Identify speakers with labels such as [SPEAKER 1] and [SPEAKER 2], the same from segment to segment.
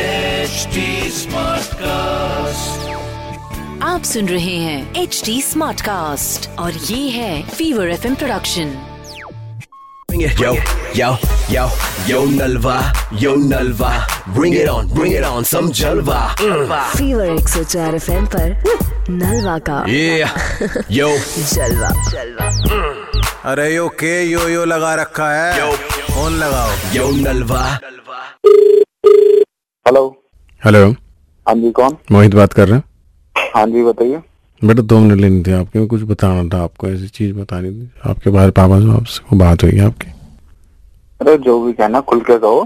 [SPEAKER 1] HD Smartcast.
[SPEAKER 2] आप सुन रहे हैं एच डी स्मार्ट कास्ट और ये है Fever F production
[SPEAKER 3] Bring it. Yo, yo, yo, yo Nalva, yo Nalva. Bring it on, bring it on, some Jalva. Mm.
[SPEAKER 2] Fever एक सौ चार एफ एम नलवा का
[SPEAKER 3] Yeah, yo,
[SPEAKER 2] जलवा जलवा
[SPEAKER 4] अरे यो के यो यो लगा रखा है
[SPEAKER 3] Yo.
[SPEAKER 4] फोन लगाओ
[SPEAKER 3] yo Nalva.
[SPEAKER 5] हेलो
[SPEAKER 6] हेलो
[SPEAKER 5] हाँ जी कौन
[SPEAKER 6] मोहित बात कर रहे हैं
[SPEAKER 5] हाँ जी बताइए
[SPEAKER 6] बेटा दो मिनट लेनी थी आपके कुछ बताना था आपको ऐसी चीज़ बतानी थी आपके बाहर पापा जो आपसे वो बात हुई है आपकी
[SPEAKER 5] अरे जो भी कहना खुल के कहो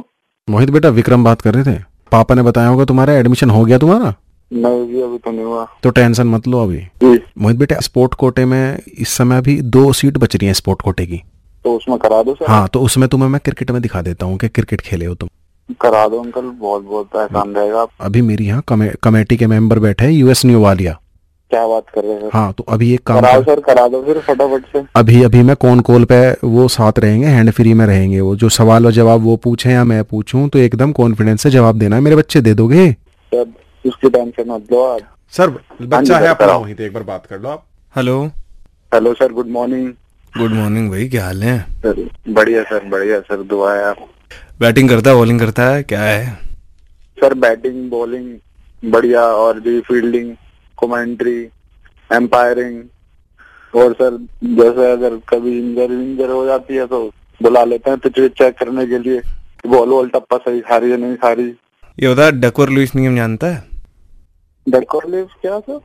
[SPEAKER 6] मोहित बेटा विक्रम बात कर रहे थे पापा ने बताया होगा तुम्हारा एडमिशन हो गया तुम्हारा
[SPEAKER 5] नहीं जी अभी तो नहीं हुआ
[SPEAKER 6] तो टेंशन मत लो अभी
[SPEAKER 5] जी
[SPEAKER 6] मोहित बेटा स्पोर्ट कोटे में इस समय अभी दो सीट बच रही है स्पोर्ट कोटे की
[SPEAKER 5] तो उसमें करा दो सर
[SPEAKER 6] हाँ तो उसमें तुम्हें मैं क्रिकेट में दिखा देता हूँ कि क्रिकेट खेले हो तुम
[SPEAKER 5] करा दो अंकल बहुत बहुत एहसान रहेगा आप
[SPEAKER 6] अभी मेरी यहाँ कमे- कमेटी के मेंबर बैठे हैं यूएस न्यू वालिया
[SPEAKER 5] क्या बात कर रहे हैं सर
[SPEAKER 6] हाँ तो अभी एक काम
[SPEAKER 5] कराओ
[SPEAKER 6] कर,
[SPEAKER 5] सर करा दो फिर फटाफट से
[SPEAKER 6] अभी अभी मैं कौन कॉल पे वो साथ रहेंगे हैंड फ्री में रहेंगे वो जो सवाल और जवाब वो पूछे या मैं पूछूं तो एकदम कॉन्फिडेंस से जवाब देना है मेरे बच्चे दे दोगे
[SPEAKER 5] सर उसकी टेंशन मत लो आप
[SPEAKER 6] सर
[SPEAKER 5] जी,
[SPEAKER 6] बच्चा
[SPEAKER 5] सर,
[SPEAKER 6] है अपना
[SPEAKER 5] कराओ।
[SPEAKER 6] वहीं एक बार बात कर लो आप
[SPEAKER 4] hello
[SPEAKER 5] hello sir good morning
[SPEAKER 4] good morning भाई क्या हाल है
[SPEAKER 5] सर बढ़िया सर बढ़िया सर दुआ है आप
[SPEAKER 4] बैटिंग करता है बॉलिंग करता है क्या है
[SPEAKER 5] सर बैटिंग बॉलिंग बढ़िया और जी फील्डिंग कमेंट्री एम्पायरिंग और सर जैसे अगर कभी इंजर इंजर हो जाती है तो बुला लेते हैं पिच विच चेक करने के लिए कि बॉल वॉल टप्पा सही खा रही है नहीं खा रही
[SPEAKER 4] ये होता है डकवर लुइस नियम जानता है
[SPEAKER 5] डरकोर लीव क्या सर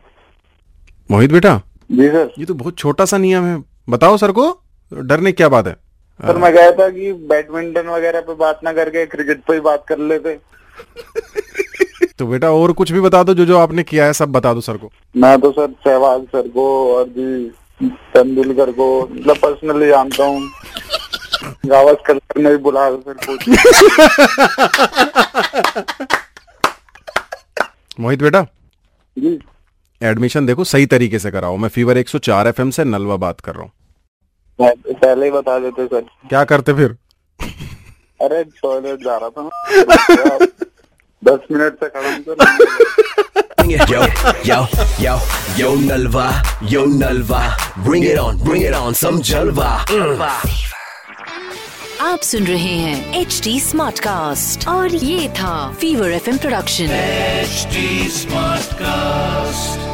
[SPEAKER 6] मोहित बेटा
[SPEAKER 5] जी सर
[SPEAKER 6] ये तो बहुत छोटा सा नियम है बताओ सर को डरने की क्या बात है
[SPEAKER 5] सर मैं कहा था कि बैडमिंटन वगैरह पे बात ना करके क्रिकेट पे ही बात कर लेते
[SPEAKER 6] तो बेटा और कुछ भी बता दो जो जो आपने किया है सब बता दो सर को
[SPEAKER 5] मैं तो सर सहवाग सर को और जी तेंदुलकर को मतलब पर्सनली जानता हूँ गावस्कर सर ने भी बुला सर को
[SPEAKER 6] मोहित बेटा
[SPEAKER 5] जी
[SPEAKER 6] एडमिशन देखो सही तरीके से कराओ मैं फीवर 104 एफएम से नलवा बात कर रहा हूँ
[SPEAKER 5] मैं पहले ही बता देते सर
[SPEAKER 6] क्या करते फिर
[SPEAKER 5] अरे टॉयलेट जा रहा था मैं दस मिनट से खड़ा हूँ तो sir
[SPEAKER 3] Bring it. Yo, yo, yo, yo Nalva, yo Nalva. Bring it on, bring it on, some Jalva. Mm.
[SPEAKER 2] आप सुन रहे हैं एच डी स्मार्ट कास्ट और ये था fever F production
[SPEAKER 1] HD Smartcast.